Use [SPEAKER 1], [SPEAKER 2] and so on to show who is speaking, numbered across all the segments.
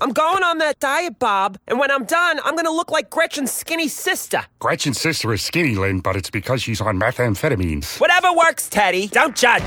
[SPEAKER 1] I'm going on that diet, Bob, and when I'm done, I'm going to look like Gretchen's skinny sister.
[SPEAKER 2] Gretchen's sister is skinny, Lynn, but it's because she's on methamphetamines.
[SPEAKER 1] Whatever works, Teddy. Don't judge.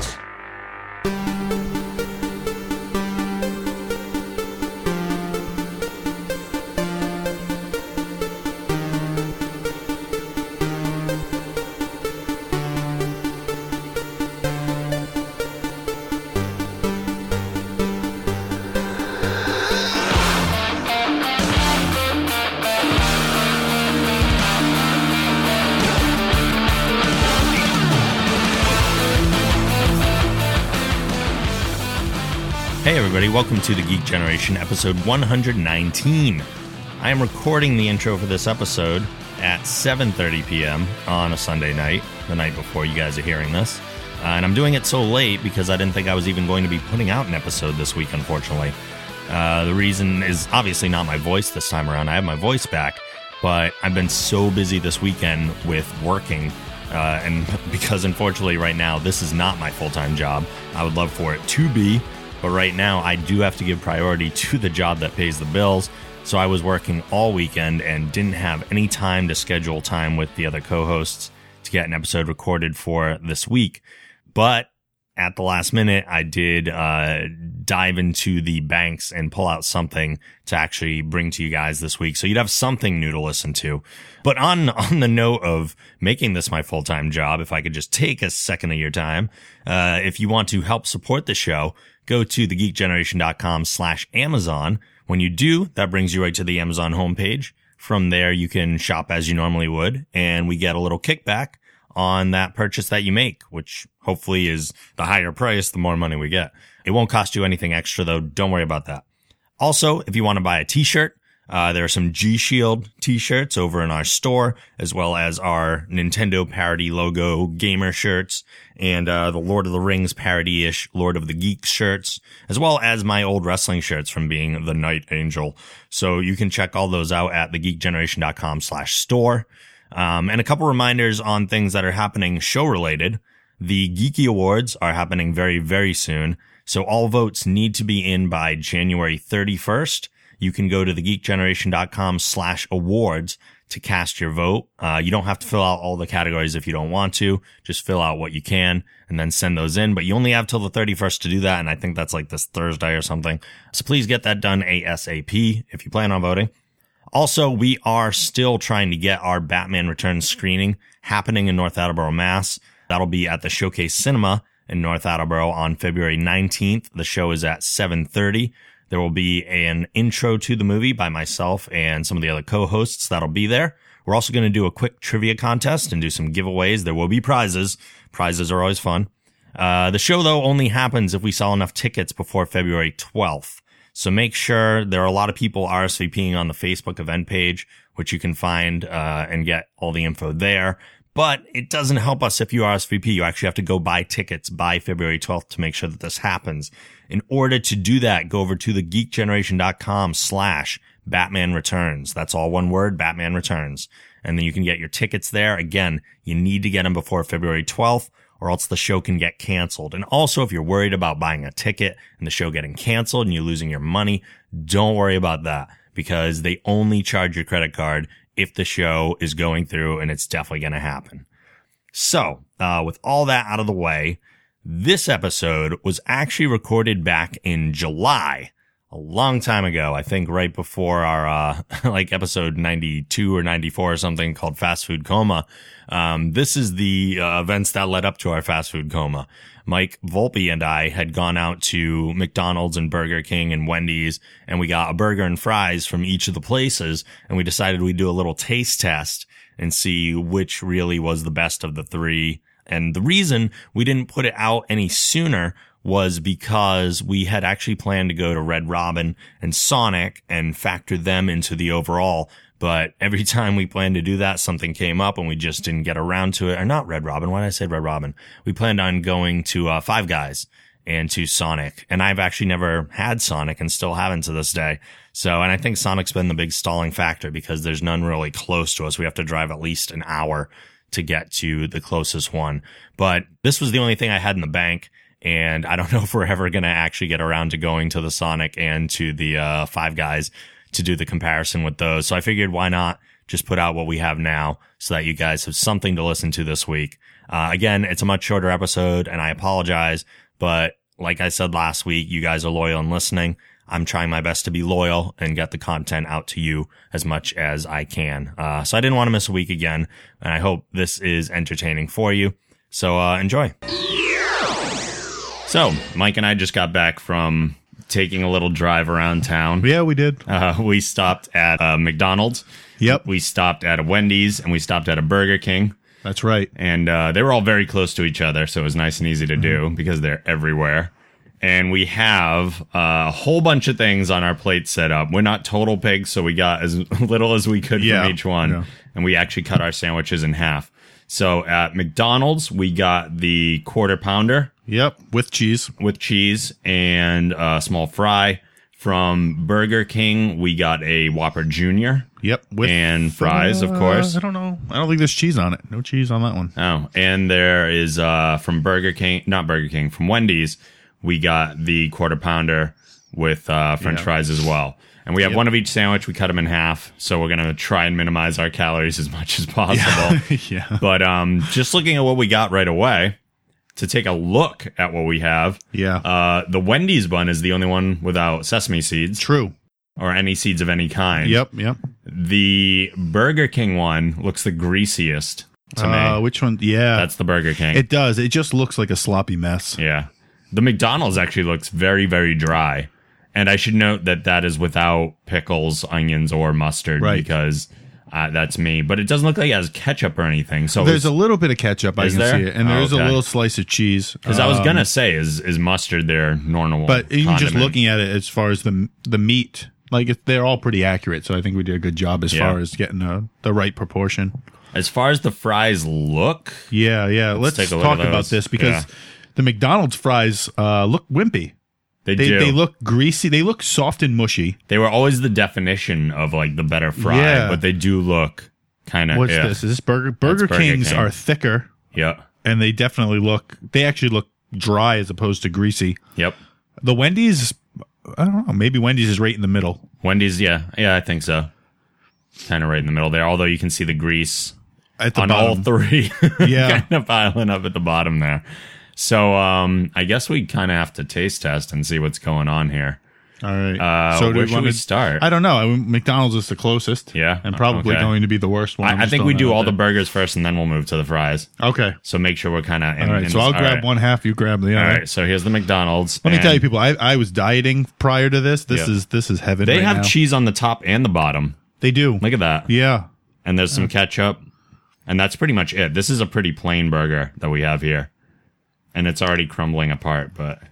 [SPEAKER 3] Hey, everybody, welcome to the Geek Generation, episode 119. I am recording the intro for this episode at 7.30 p.m. on a Sunday night, the night before you guys are hearing this. Uh, and I'm doing it so late because I didn't think I was even going to be putting out an episode this week, unfortunately. Uh, the reason is obviously not my voice this time around. I have my voice back, but I've been so busy this weekend with working. Uh, and because unfortunately, right now, this is not my full time job. I would love for it to be, but right now, I do have to give priority to the job that pays the bills. So I was working all weekend and didn't have any time to schedule time with the other co hosts to get an episode recorded for this week. But at the last minute, I did uh, dive into the banks and pull out something to actually bring to you guys this week. So you'd have something new to listen to. But on on the note of making this my full time job, if I could just take a second of your time, uh, if you want to help support the show, go to thegeekgeneration.com slash Amazon. When you do, that brings you right to the Amazon homepage. From there, you can shop as you normally would, and we get a little kickback on that purchase that you make, which hopefully is the higher price, the more money we get. It won't cost you anything extra though. Don't worry about that. Also, if you want to buy a t-shirt, uh, there are some G Shield t-shirts over in our store, as well as our Nintendo parody logo gamer shirts and, uh, the Lord of the Rings parody-ish Lord of the Geeks shirts, as well as my old wrestling shirts from being the Night Angel. So you can check all those out at thegeekgeneration.com slash store. Um, and a couple reminders on things that are happening show related. The Geeky Awards are happening very, very soon. So all votes need to be in by January 31st. You can go to thegeekgeneration.com slash awards to cast your vote. Uh, you don't have to fill out all the categories if you don't want to. Just fill out what you can and then send those in. But you only have till the 31st to do that. And I think that's like this Thursday or something. So please get that done ASAP if you plan on voting. Also, we are still trying to get our Batman Returns screening happening in North Attleboro, Mass. That'll be at the Showcase Cinema in North Attleboro on February 19th. The show is at 7:30. There will be an intro to the movie by myself and some of the other co-hosts that'll be there. We're also going to do a quick trivia contest and do some giveaways. There will be prizes. Prizes are always fun. Uh, the show though only happens if we sell enough tickets before February 12th. So make sure there are a lot of people RSVPing on the Facebook event page, which you can find uh, and get all the info there. But it doesn't help us if you RSVP. You actually have to go buy tickets by February 12th to make sure that this happens. In order to do that, go over to thegeekgeneration.com slash Batman Returns. That's all one word, Batman Returns. And then you can get your tickets there. Again, you need to get them before February 12th or else the show can get canceled. And also, if you're worried about buying a ticket and the show getting canceled and you losing your money, don't worry about that because they only charge your credit card if the show is going through and it's definitely going to happen. So, uh, with all that out of the way, this episode was actually recorded back in July, a long time ago. I think right before our, uh, like episode 92 or 94 or something called Fast Food Coma. Um, this is the uh, events that led up to our fast food coma. Mike Volpe and I had gone out to McDonald's and Burger King and Wendy's and we got a burger and fries from each of the places and we decided we'd do a little taste test and see which really was the best of the three. And the reason we didn't put it out any sooner was because we had actually planned to go to Red Robin and Sonic and factor them into the overall. But every time we planned to do that, something came up and we just didn't get around to it. Or not Red Robin. Why did I say Red Robin? We planned on going to uh, Five Guys and to Sonic. And I've actually never had Sonic and still haven't to this day. So, and I think Sonic's been the big stalling factor because there's none really close to us. We have to drive at least an hour to get to the closest one. But this was the only thing I had in the bank and I don't know if we're ever going to actually get around to going to the Sonic and to the uh, Five Guys to do the comparison with those. So I figured why not just put out what we have now so that you guys have something to listen to this week. Uh, again, it's a much shorter episode and I apologize, but like I said last week, you guys are loyal and listening. I'm trying my best to be loyal and get the content out to you as much as I can. Uh, so I didn't want to miss a week again, and I hope this is entertaining for you. So uh, enjoy. So Mike and I just got back from taking a little drive around town.
[SPEAKER 4] Yeah, we did.
[SPEAKER 3] Uh, we stopped at uh, McDonald's.
[SPEAKER 4] Yep.
[SPEAKER 3] We stopped at a Wendy's and we stopped at a Burger King.
[SPEAKER 4] That's right.
[SPEAKER 3] And uh, they were all very close to each other. So it was nice and easy to do
[SPEAKER 4] Mm-hmm.
[SPEAKER 3] because they're everywhere. And we have uh, a whole bunch of things on our plate set up. We're not total pigs, so we got as little as we could
[SPEAKER 4] Yeah.
[SPEAKER 3] from each one.
[SPEAKER 4] Yeah.
[SPEAKER 3] And we actually cut our sandwiches in half. So at McDonald's, we got the quarter pounder
[SPEAKER 4] Yep, with cheese.
[SPEAKER 3] with cheese and a small fry. From Burger King, we got a Whopper Jr.
[SPEAKER 4] Yep, with
[SPEAKER 3] And fries, of
[SPEAKER 4] uh,
[SPEAKER 3] course.
[SPEAKER 4] I don't know. I don't think there's cheese on it. No cheese on that one.
[SPEAKER 3] Oh, and there is uh from Burger King, not Burger King, from Wendy's, we got the quarter pounder with uh french
[SPEAKER 4] Yeah.
[SPEAKER 3] fries as well. And we have one of each sandwich, we cut them in half, so we're going to try and minimize our calories as much as possible.
[SPEAKER 4] yeah.
[SPEAKER 3] but um just looking at what we got right away to take a look at what we have.
[SPEAKER 4] Yeah.
[SPEAKER 3] Uh the Wendy's bun is the only one without sesame seeds
[SPEAKER 4] True.
[SPEAKER 3] or any seeds of any kind.
[SPEAKER 4] Yep, yep.
[SPEAKER 3] The Burger King one looks the greasiest to
[SPEAKER 4] Uh,
[SPEAKER 3] me.
[SPEAKER 4] which one? Yeah.
[SPEAKER 3] That's the Burger King.
[SPEAKER 4] it does. It just looks like a sloppy mess.
[SPEAKER 3] Yeah. The McDonald's actually looks very, very dry. And I should note that that is without pickles, onions, or mustard
[SPEAKER 4] Right.
[SPEAKER 3] because uh, that's me. But it doesn't look like it has ketchup or anything. So
[SPEAKER 4] There's a
[SPEAKER 3] it's-
[SPEAKER 4] little bit of ketchup I
[SPEAKER 3] Is
[SPEAKER 4] can
[SPEAKER 3] there?
[SPEAKER 4] see it, and
[SPEAKER 3] Oh,
[SPEAKER 4] there's
[SPEAKER 3] okay.
[SPEAKER 4] a little slice of cheese.
[SPEAKER 3] because I was
[SPEAKER 4] Um,
[SPEAKER 3] gonna say is is mustard their normal,
[SPEAKER 4] but even just
[SPEAKER 3] condiment?
[SPEAKER 4] looking at it, as far as the the meat, like it, they're all pretty accurate. So I think we did a good job as
[SPEAKER 3] Yeah.
[SPEAKER 4] far as getting uh, the right proportion.
[SPEAKER 3] as far as the fries look,
[SPEAKER 4] Yeah, yeah. Let's,
[SPEAKER 3] take a look at
[SPEAKER 4] talk about
[SPEAKER 3] those.
[SPEAKER 4] this because
[SPEAKER 3] Yeah.
[SPEAKER 4] the McDonald's fries uh, look wimpy.
[SPEAKER 3] they,
[SPEAKER 4] They,
[SPEAKER 3] do.
[SPEAKER 4] they look greasy. They look soft and mushy.
[SPEAKER 3] They were always the definition of like the better fry,
[SPEAKER 4] Yeah.
[SPEAKER 3] but they do look kind of.
[SPEAKER 4] What's
[SPEAKER 3] Uh, yeah.
[SPEAKER 4] this? Is this Burger Burger
[SPEAKER 3] Burger
[SPEAKER 4] Kings
[SPEAKER 3] King.
[SPEAKER 4] are thicker
[SPEAKER 3] Yep.
[SPEAKER 4] and they definitely look they actually look dry as opposed to greasy.
[SPEAKER 3] Yep.
[SPEAKER 4] The Wendy's I don't know, maybe Wendy's is right in the middle.
[SPEAKER 3] Wendy's. Yeah. Yeah. I think so. Kind of right in the middle there. Although you can see the grease
[SPEAKER 4] At the
[SPEAKER 3] on all
[SPEAKER 4] bottom.
[SPEAKER 3] three.
[SPEAKER 4] Yeah.
[SPEAKER 3] kind of piling up at the bottom there. So um I guess we kind of have to taste test and see what's going on here.
[SPEAKER 4] all right.
[SPEAKER 3] Uh,
[SPEAKER 4] so do
[SPEAKER 3] where
[SPEAKER 4] we
[SPEAKER 3] should
[SPEAKER 4] wanna-
[SPEAKER 3] we start?
[SPEAKER 4] I don't know. I mean, McDonald's is the closest.
[SPEAKER 3] Yeah,
[SPEAKER 4] And probably
[SPEAKER 3] okay.
[SPEAKER 4] going to be the worst one. I'm
[SPEAKER 3] I, I
[SPEAKER 4] just
[SPEAKER 3] think we
[SPEAKER 4] throwing
[SPEAKER 3] do
[SPEAKER 4] that
[SPEAKER 3] all
[SPEAKER 4] out
[SPEAKER 3] the
[SPEAKER 4] there.
[SPEAKER 3] burgers first and then we'll move to the fries.
[SPEAKER 4] Okay.
[SPEAKER 3] So make sure we're kind of
[SPEAKER 4] All right. So I'll grab one half, you grab the
[SPEAKER 3] All
[SPEAKER 4] other.
[SPEAKER 3] right, so here's the McDonald's.
[SPEAKER 4] Let me
[SPEAKER 3] and
[SPEAKER 4] tell you people, I, I was dieting prior to this. This
[SPEAKER 3] Yeah.
[SPEAKER 4] is this is heaven.
[SPEAKER 3] They
[SPEAKER 4] right
[SPEAKER 3] have
[SPEAKER 4] now.
[SPEAKER 3] cheese on the top and the bottom.
[SPEAKER 4] They do.
[SPEAKER 3] Look at that.
[SPEAKER 4] yeah.
[SPEAKER 3] And there's some ketchup. And that's pretty much it. This is a pretty plain burger that we have here. And it's already crumbling apart, but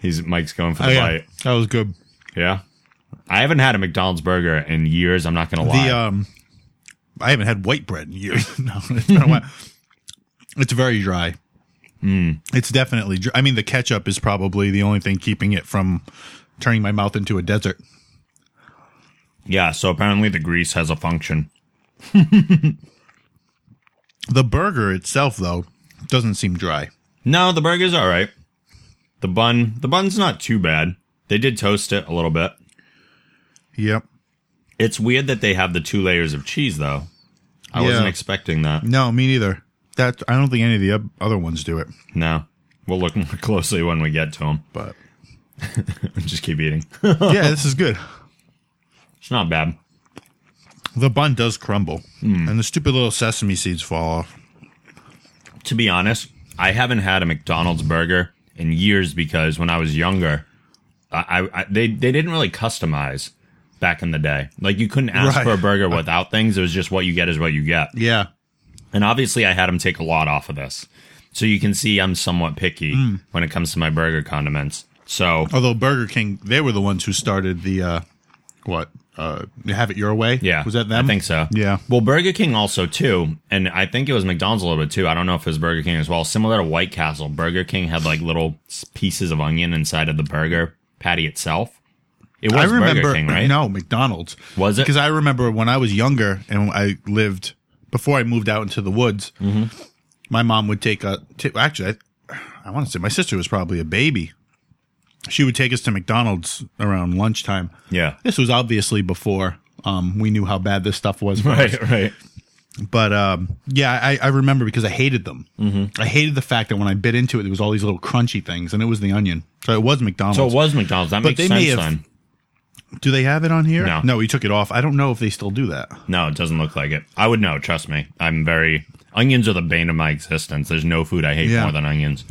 [SPEAKER 3] he's Mike's going for the
[SPEAKER 4] Oh, yeah.
[SPEAKER 3] bite.
[SPEAKER 4] That was good.
[SPEAKER 3] Yeah. I haven't had a McDonald's burger in years. I'm not going to lie.
[SPEAKER 4] The um, I haven't had white bread in years. no, it's been a while. It's very dry.
[SPEAKER 3] Hmm.
[SPEAKER 4] It's definitely. Dry. I mean, the ketchup is probably the only thing keeping it from turning my mouth into a desert.
[SPEAKER 3] yeah. So apparently the grease has a function.
[SPEAKER 4] The burger itself, though, doesn't seem dry.
[SPEAKER 3] No, the burger's all right. The bun, the bun's not too bad. They did toast it a little bit.
[SPEAKER 4] Yep.
[SPEAKER 3] It's weird that they have the two layers of cheese, though. I wasn't
[SPEAKER 4] Yeah.
[SPEAKER 3] expecting that.
[SPEAKER 4] No, me neither. That I don't think any of the oth- other ones do it.
[SPEAKER 3] No. We'll look more closely when we get to them.
[SPEAKER 4] But
[SPEAKER 3] Just keep eating.
[SPEAKER 4] yeah, this is good.
[SPEAKER 3] It's not bad.
[SPEAKER 4] The bun does crumble,
[SPEAKER 3] Hmm.
[SPEAKER 4] and the stupid little sesame seeds fall off.
[SPEAKER 3] To be honest, I haven't had a McDonald's burger in years because when I was younger, I, I, I they they didn't really customize back in the day. Like you couldn't ask
[SPEAKER 4] Right.
[SPEAKER 3] for a burger without things. It was just what you get is what you get.
[SPEAKER 4] Yeah.
[SPEAKER 3] And obviously, I had them take a lot off of this, so you can see I'm somewhat picky
[SPEAKER 4] Mm.
[SPEAKER 3] when it comes to my burger condiments. So
[SPEAKER 4] Although Burger King, they were the ones who started the uh what? Uh have it your way?
[SPEAKER 3] Yeah.
[SPEAKER 4] Was that them?
[SPEAKER 3] I think so.
[SPEAKER 4] Yeah.
[SPEAKER 3] Well, Burger King also too, and I think it was McDonald's a little bit too. I don't know if it was Burger King as well. Similar to White Castle, Burger King had like little s- pieces of onion inside of the burger patty itself. It was
[SPEAKER 4] I remember
[SPEAKER 3] Burger King, right?
[SPEAKER 4] no, McDonald's.
[SPEAKER 3] Was it?
[SPEAKER 4] Because I remember when I was younger and I
[SPEAKER 3] Mm-hmm.
[SPEAKER 4] lived before I moved out into the woods, my mom would take a t- actually I, I want to say my sister was probably a baby. She would take us to McDonald's around lunchtime.
[SPEAKER 3] Yeah.
[SPEAKER 4] This was obviously before um, we knew how bad this stuff was. for us.
[SPEAKER 3] right.
[SPEAKER 4] But um, yeah, I, I remember because I hated them. Mm-hmm. I hated the fact that when I bit into it, there was all these little crunchy things, and it was the onion. So it was McDonald's.
[SPEAKER 3] So it was McDonald's. That
[SPEAKER 4] But
[SPEAKER 3] makes
[SPEAKER 4] they
[SPEAKER 3] sense
[SPEAKER 4] may have-
[SPEAKER 3] then.
[SPEAKER 4] Do they have it on here?
[SPEAKER 3] No.
[SPEAKER 4] No, he took it off. I don't know if they still do that.
[SPEAKER 3] No, it doesn't look like it. I would know. Trust me. I'm very onions are the bane of my existence. There's no food I hate
[SPEAKER 4] Yeah.
[SPEAKER 3] more than onions.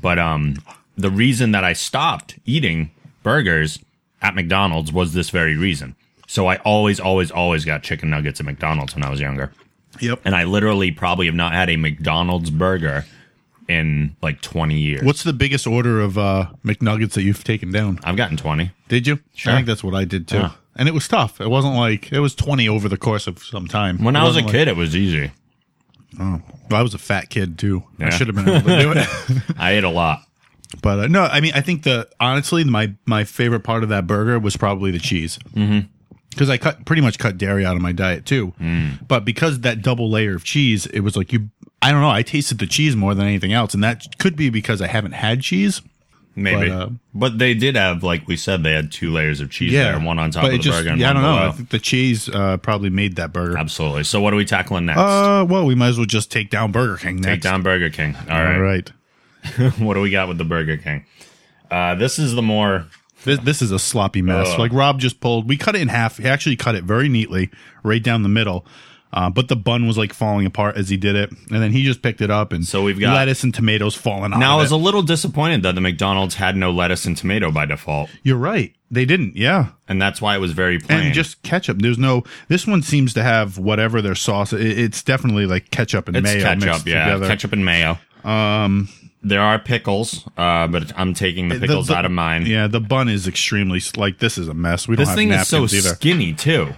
[SPEAKER 3] But um, the reason that I stopped eating burgers at McDonald's was this very reason. So I always, always, always got chicken nuggets at McDonald's when I was younger,
[SPEAKER 4] Yep.
[SPEAKER 3] and I literally probably have not had a McDonald's burger in like 20 years.
[SPEAKER 4] What's the biggest order of uh, McNuggets that you've taken down?
[SPEAKER 3] I've gotten 20.
[SPEAKER 4] Did you?
[SPEAKER 3] Sure.
[SPEAKER 4] I think that's what I did too.
[SPEAKER 3] Yeah.
[SPEAKER 4] And it was tough. It wasn't like it was twenty over the course of some time.
[SPEAKER 3] When
[SPEAKER 4] It
[SPEAKER 3] I was a
[SPEAKER 4] wasn't
[SPEAKER 3] kid, it was easy.
[SPEAKER 4] like- I was a fat kid too.
[SPEAKER 3] Yeah.
[SPEAKER 4] I should have been able to do it.
[SPEAKER 3] I ate a lot.
[SPEAKER 4] but uh, no, I mean, I think the honestly, my my favorite part of that burger was probably the cheese. Mm-hmm. Because I cut pretty much cut dairy out of my diet too,
[SPEAKER 3] Mm.
[SPEAKER 4] but because that double layer of cheese, it was like you. I don't know. I tasted the cheese more than anything else, and that could be because I haven't had cheese.
[SPEAKER 3] Maybe. But,
[SPEAKER 4] But, uh,
[SPEAKER 3] they did have, like we said, they had two layers of cheese there, one on top
[SPEAKER 4] but
[SPEAKER 3] of the
[SPEAKER 4] it just-
[SPEAKER 3] burger and
[SPEAKER 4] yeah, I
[SPEAKER 3] one
[SPEAKER 4] don't know.
[SPEAKER 3] below.
[SPEAKER 4] I think the cheese uh, probably made that burger.
[SPEAKER 3] Absolutely. So what are we tackling next?
[SPEAKER 4] Uh, well, we might as well just take down Burger King next.
[SPEAKER 3] Take down Burger King. All right.
[SPEAKER 4] All right.
[SPEAKER 3] What do we got with the Burger King? Uh, this is the more.
[SPEAKER 4] This, this is a sloppy mess.
[SPEAKER 3] Ugh.
[SPEAKER 4] Like Rob just pulled, we cut it in half. He actually cut it very neatly, right down the middle. Uh, but the bun was like falling apart as he did it, and then he just picked it up and
[SPEAKER 3] So we've got-
[SPEAKER 4] lettuce and tomatoes falling off.
[SPEAKER 3] Now I
[SPEAKER 4] of
[SPEAKER 3] was
[SPEAKER 4] it.
[SPEAKER 3] a little disappointed that the McDonald's had no lettuce and tomato by default,
[SPEAKER 4] you're right, they didn't. Yeah,
[SPEAKER 3] and that's why it was very plain.
[SPEAKER 4] and just ketchup. There's no. This one seems to have whatever their sauce. It, it's definitely like ketchup and
[SPEAKER 3] it's
[SPEAKER 4] mayo
[SPEAKER 3] ketchup,
[SPEAKER 4] mixed
[SPEAKER 3] yeah,
[SPEAKER 4] together.
[SPEAKER 3] ketchup and mayo. Um, there are pickles, uh, but I'm taking the
[SPEAKER 4] The-
[SPEAKER 3] pickles
[SPEAKER 4] the-
[SPEAKER 3] out of mine.
[SPEAKER 4] Yeah, the bun is extremely s- like this is a mess. We
[SPEAKER 3] This
[SPEAKER 4] don't
[SPEAKER 3] thing
[SPEAKER 4] have
[SPEAKER 3] is so
[SPEAKER 4] napkins either.
[SPEAKER 3] skinny too.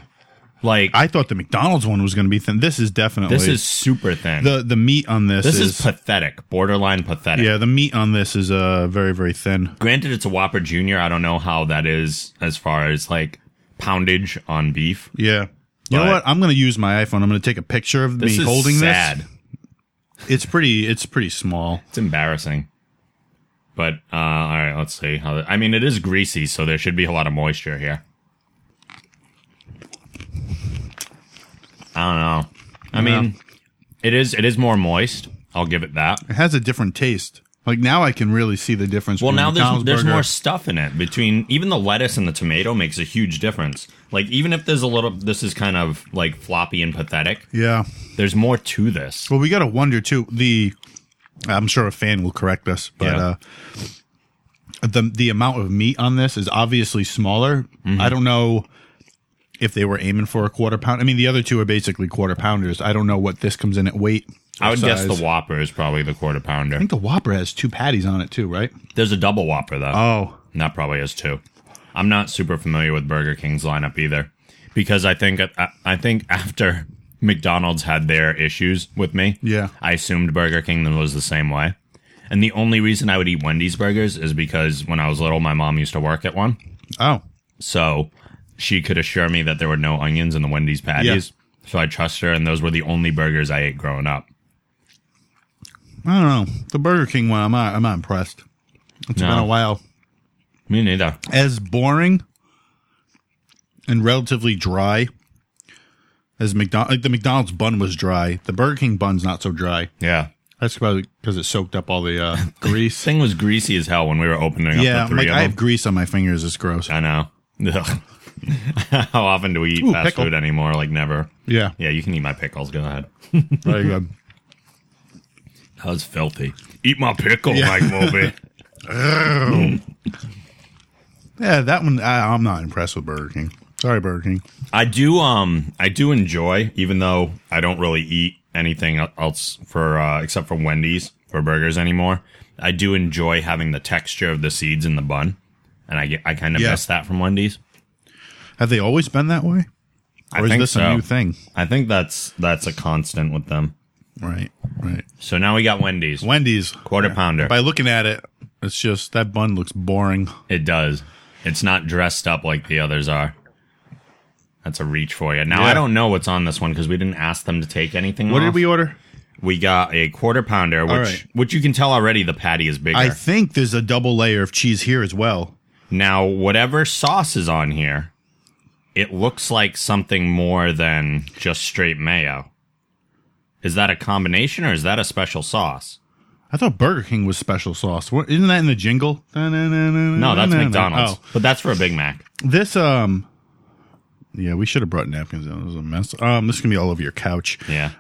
[SPEAKER 3] Like
[SPEAKER 4] I thought the McDonald's one was going to be thin. This is definitely
[SPEAKER 3] this is super thin.
[SPEAKER 4] the the meat on this.
[SPEAKER 3] this
[SPEAKER 4] is,
[SPEAKER 3] is pathetic, borderline pathetic.
[SPEAKER 4] yeah, the meat on this is uh very very thin.
[SPEAKER 3] Granted, it's a Whopper Junior. I don't know how that is as far as like poundage on beef.
[SPEAKER 4] Yeah. You
[SPEAKER 3] But-
[SPEAKER 4] know what? I'm going to use my iPhone. I'm going to take a picture of
[SPEAKER 3] This
[SPEAKER 4] me
[SPEAKER 3] is
[SPEAKER 4] holding
[SPEAKER 3] sad.
[SPEAKER 4] this. It's pretty. It's pretty small.
[SPEAKER 3] It's embarrassing. But uh, all right, let's see how. That, I mean, it is greasy, so there should be a lot of moisture here. I don't know. I mean, it is it is more moist. I'll give it that.
[SPEAKER 4] It has a different taste. Like now, I can really see the difference.
[SPEAKER 3] Well,
[SPEAKER 4] between
[SPEAKER 3] now
[SPEAKER 4] a
[SPEAKER 3] there's
[SPEAKER 4] McDonald's
[SPEAKER 3] there's
[SPEAKER 4] burger.
[SPEAKER 3] more stuff in it between even the lettuce and the tomato makes a huge difference. Like even if there's a little, this is kind of like floppy and pathetic.
[SPEAKER 4] Yeah.
[SPEAKER 3] There's more to this.
[SPEAKER 4] Well, we got to wonder too. The I'm sure a fan will correct us, but
[SPEAKER 3] Yeah.
[SPEAKER 4] uh, the the amount of meat on this is obviously smaller.
[SPEAKER 3] Mm-hmm.
[SPEAKER 4] I don't know if they were aiming for a quarter pound. I mean, the other two are basically quarter pounders. I don't know what this comes in at weight. or
[SPEAKER 3] I would guess
[SPEAKER 4] size.
[SPEAKER 3] the Whopper is probably the quarter pounder.
[SPEAKER 4] I think the Whopper has two patties on it too, right?
[SPEAKER 3] There's a double Whopper though.
[SPEAKER 4] Oh,
[SPEAKER 3] And That probably is too. I'm not super familiar with Burger King's lineup either, because I think I, I think after McDonald's had their issues with me,
[SPEAKER 4] Yeah.
[SPEAKER 3] I assumed Burger King was the same way. And the only reason I would eat Wendy's burgers is because when I was little, my mom used to work at one,
[SPEAKER 4] oh,
[SPEAKER 3] so she could assure me that there were no onions in the Wendy's patties. So I trust her, and those were the only burgers I ate growing up.
[SPEAKER 4] I don't know. The Burger King one, I'm not, I'm not impressed. It's
[SPEAKER 3] No.
[SPEAKER 4] been a while.
[SPEAKER 3] Me neither.
[SPEAKER 4] as boring and relatively dry as McDonald. Like the McDonald's bun was dry. The Burger King bun's not so dry.
[SPEAKER 3] Yeah,
[SPEAKER 4] That's probably because it soaked up all the uh,
[SPEAKER 3] this
[SPEAKER 4] grease.
[SPEAKER 3] thing was greasy as hell when we were opening
[SPEAKER 4] yeah,
[SPEAKER 3] up the three
[SPEAKER 4] I'm like
[SPEAKER 3] of
[SPEAKER 4] I
[SPEAKER 3] them.
[SPEAKER 4] have grease on my fingers. It's gross.
[SPEAKER 3] I know. Ugh. How often do we eat
[SPEAKER 4] Ooh,
[SPEAKER 3] fast
[SPEAKER 4] pickle.
[SPEAKER 3] food anymore? Like never.
[SPEAKER 4] Yeah,
[SPEAKER 3] Yeah, you can eat my pickles. Go ahead.
[SPEAKER 4] very good.
[SPEAKER 3] That was filthy. Eat my pickle, Mike Moby.
[SPEAKER 4] Yeah, that one I, I'm not impressed with Burger King. Sorry, Burger King.
[SPEAKER 3] I do. Um, I do enjoy, even though I don't really eat anything else for uh, except for Wendy's or burgers anymore. I do enjoy having the texture of the seeds in the bun, and I get I kind of
[SPEAKER 4] Yeah.
[SPEAKER 3] miss that from Wendy's.
[SPEAKER 4] Have they always been that way,
[SPEAKER 3] I
[SPEAKER 4] or is
[SPEAKER 3] think
[SPEAKER 4] this
[SPEAKER 3] so.
[SPEAKER 4] a new thing?
[SPEAKER 3] I think that's that's a constant with them.
[SPEAKER 4] Right, right.
[SPEAKER 3] So now we got Wendy's
[SPEAKER 4] Wendy's
[SPEAKER 3] quarter pounder.
[SPEAKER 4] By looking at it, it's just that bun looks boring.
[SPEAKER 3] It does. It's not dressed up like the others are. That's a reach for you. Now
[SPEAKER 4] Yeah.
[SPEAKER 3] I don't know what's on this one because we didn't ask them to take anything.
[SPEAKER 4] What
[SPEAKER 3] off.
[SPEAKER 4] did we order?
[SPEAKER 3] We got a quarter pounder, which
[SPEAKER 4] right.
[SPEAKER 3] which you can tell already the patty is bigger.
[SPEAKER 4] I think there's a double layer of cheese here as well.
[SPEAKER 3] now, whatever sauce is on here, it looks like something more than just straight mayo. Is that a combination or is that a special sauce?
[SPEAKER 4] I thought Burger King was special sauce. What, isn't that in the jingle?
[SPEAKER 3] No,
[SPEAKER 4] No, Oh.
[SPEAKER 3] that's McDonald's. But that's for a Big Mac.
[SPEAKER 4] This um yeah, we should have brought napkins in. It was a mess. Um this is gonna be all over your couch.
[SPEAKER 3] Yeah.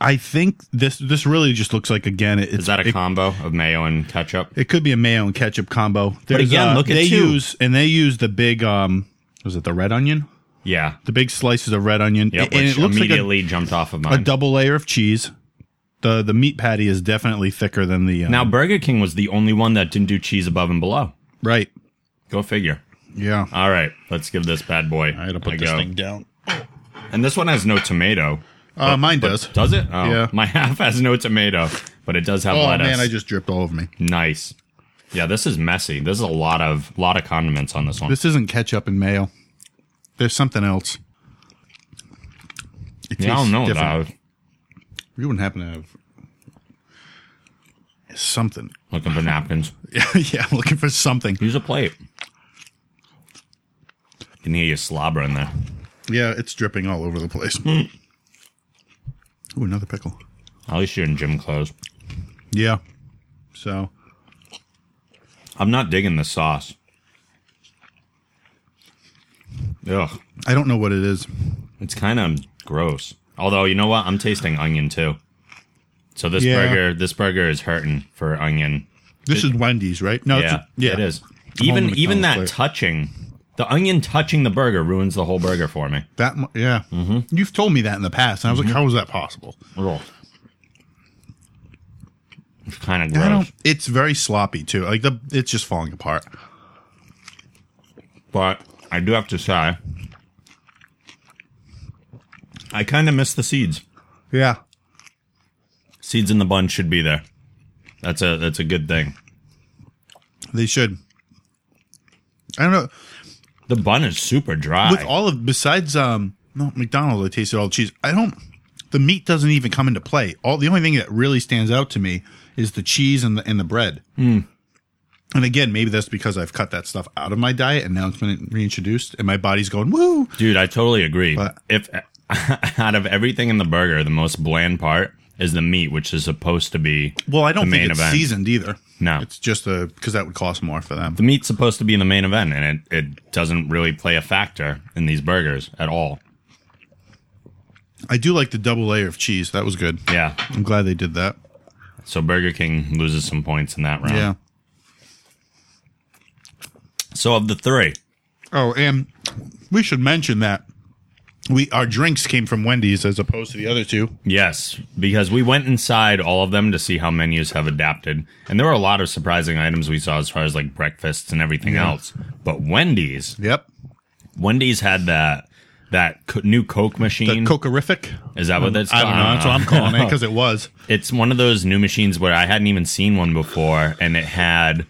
[SPEAKER 4] I think this this really just looks like again it, it's
[SPEAKER 3] is that a
[SPEAKER 4] it,
[SPEAKER 3] combo of mayo and ketchup?
[SPEAKER 4] it could be a mayo and ketchup combo. There's,
[SPEAKER 3] again,
[SPEAKER 4] uh,
[SPEAKER 3] look at
[SPEAKER 4] they
[SPEAKER 3] two.
[SPEAKER 4] use and they use the big um was it the red onion?
[SPEAKER 3] yeah.
[SPEAKER 4] The big slices of red onion.
[SPEAKER 3] Yep,
[SPEAKER 4] and
[SPEAKER 3] which
[SPEAKER 4] it looks like a,
[SPEAKER 3] immediately jumped off of
[SPEAKER 4] a
[SPEAKER 3] mine.
[SPEAKER 4] double layer of cheese. The the meat patty is definitely thicker than the um,
[SPEAKER 3] now Burger King was the only one that didn't do cheese above and below.
[SPEAKER 4] right.
[SPEAKER 3] Go figure.
[SPEAKER 4] Yeah.
[SPEAKER 3] All right, let's give this bad boy.
[SPEAKER 4] I gotta put
[SPEAKER 3] a
[SPEAKER 4] this
[SPEAKER 3] go.
[SPEAKER 4] thing down.
[SPEAKER 3] And this one has no tomato.
[SPEAKER 4] Uh, mine does.
[SPEAKER 3] Does it? Oh,
[SPEAKER 4] Yeah.
[SPEAKER 3] My half has no tomato, but it does have
[SPEAKER 4] Oh
[SPEAKER 3] lettuce.
[SPEAKER 4] man, I just dripped all over me.
[SPEAKER 3] nice. Yeah, this is messy. There's a lot of lot of condiments on this one.
[SPEAKER 4] This isn't ketchup and mayo. There's something else. It
[SPEAKER 3] yeah, I don't
[SPEAKER 4] tastes
[SPEAKER 3] know. uh,
[SPEAKER 4] different.
[SPEAKER 3] Though.
[SPEAKER 4] You wouldn't happen to have something.
[SPEAKER 3] Looking for napkins.
[SPEAKER 4] yeah, I'm looking for something.
[SPEAKER 3] Use a plate. Can hear you slobbering there.
[SPEAKER 4] Yeah, it's dripping all over the place.
[SPEAKER 3] Hmm.
[SPEAKER 4] Ooh, another pickle.
[SPEAKER 3] At least you're in gym clothes.
[SPEAKER 4] Yeah. So
[SPEAKER 3] I'm not digging the sauce. Ugh,
[SPEAKER 4] I don't know what it is.
[SPEAKER 3] it's kind of gross. Although you know what, I'm tasting onion too. So this
[SPEAKER 4] Yeah.
[SPEAKER 3] burger, this burger is hurting for onion.
[SPEAKER 4] This is Wendy's, right? No,
[SPEAKER 3] Yeah,
[SPEAKER 4] it's, yeah,
[SPEAKER 3] it is.
[SPEAKER 4] I'm on
[SPEAKER 3] Even
[SPEAKER 4] the
[SPEAKER 3] even
[SPEAKER 4] McDonald's
[SPEAKER 3] that
[SPEAKER 4] plate.
[SPEAKER 3] touching, the onion touching the burger ruins the whole burger for me.
[SPEAKER 4] That mu- yeah.
[SPEAKER 3] Mm-hmm.
[SPEAKER 4] You've told me that in the past, and I was like, how is that possible?
[SPEAKER 3] Ugh. It's kind of
[SPEAKER 4] I
[SPEAKER 3] gross.
[SPEAKER 4] don't. It's very sloppy too. Like the, it's just falling apart.
[SPEAKER 3] But I do have to say, I kind of miss the seeds.
[SPEAKER 4] Yeah.
[SPEAKER 3] Seeds in the bun should be there. That's a that's a good thing.
[SPEAKER 4] They should. I don't know.
[SPEAKER 3] The bun is super dry.
[SPEAKER 4] With all of besides um no McDonald's, I tasted all the cheese. I don't. The meat doesn't even come into play. All the only thing that really stands out to me is the cheese and the and the bread.
[SPEAKER 3] Mm.
[SPEAKER 4] And again, maybe that's because I've cut that stuff out of my diet and now it's been reintroduced, and my body's going woo.
[SPEAKER 3] Dude, I totally agree.
[SPEAKER 4] But-
[SPEAKER 3] if out of everything in the burger, the most bland part is the meat, which is supposed to be
[SPEAKER 4] Well, I don't
[SPEAKER 3] the
[SPEAKER 4] think
[SPEAKER 3] main
[SPEAKER 4] it's
[SPEAKER 3] event.
[SPEAKER 4] seasoned either.
[SPEAKER 3] No.
[SPEAKER 4] it's just a because that would cost more for them.
[SPEAKER 3] The meat's supposed to be in the main event, and it, it doesn't really play a factor in these burgers at all.
[SPEAKER 4] I do like the double layer of cheese. That was good.
[SPEAKER 3] Yeah.
[SPEAKER 4] I'm glad they did that.
[SPEAKER 3] So Burger King loses some points in that round.
[SPEAKER 4] Yeah.
[SPEAKER 3] So of the three,
[SPEAKER 4] Oh, and we should mention that we our drinks came from Wendy's as opposed to the other two.
[SPEAKER 3] yes, because we went inside all of them to see how menus have adapted, and there were a lot of surprising items we saw as far as like breakfasts and everything else. But Wendy's,
[SPEAKER 4] Yep.
[SPEAKER 3] Wendy's had that that co- new Coke
[SPEAKER 4] The
[SPEAKER 3] machine.
[SPEAKER 4] Cocorific.
[SPEAKER 3] Is that what that's
[SPEAKER 4] I don't
[SPEAKER 3] called?
[SPEAKER 4] know. That's what I'm calling it because it was.
[SPEAKER 3] It's one of those new machines where I hadn't even seen one before, and it had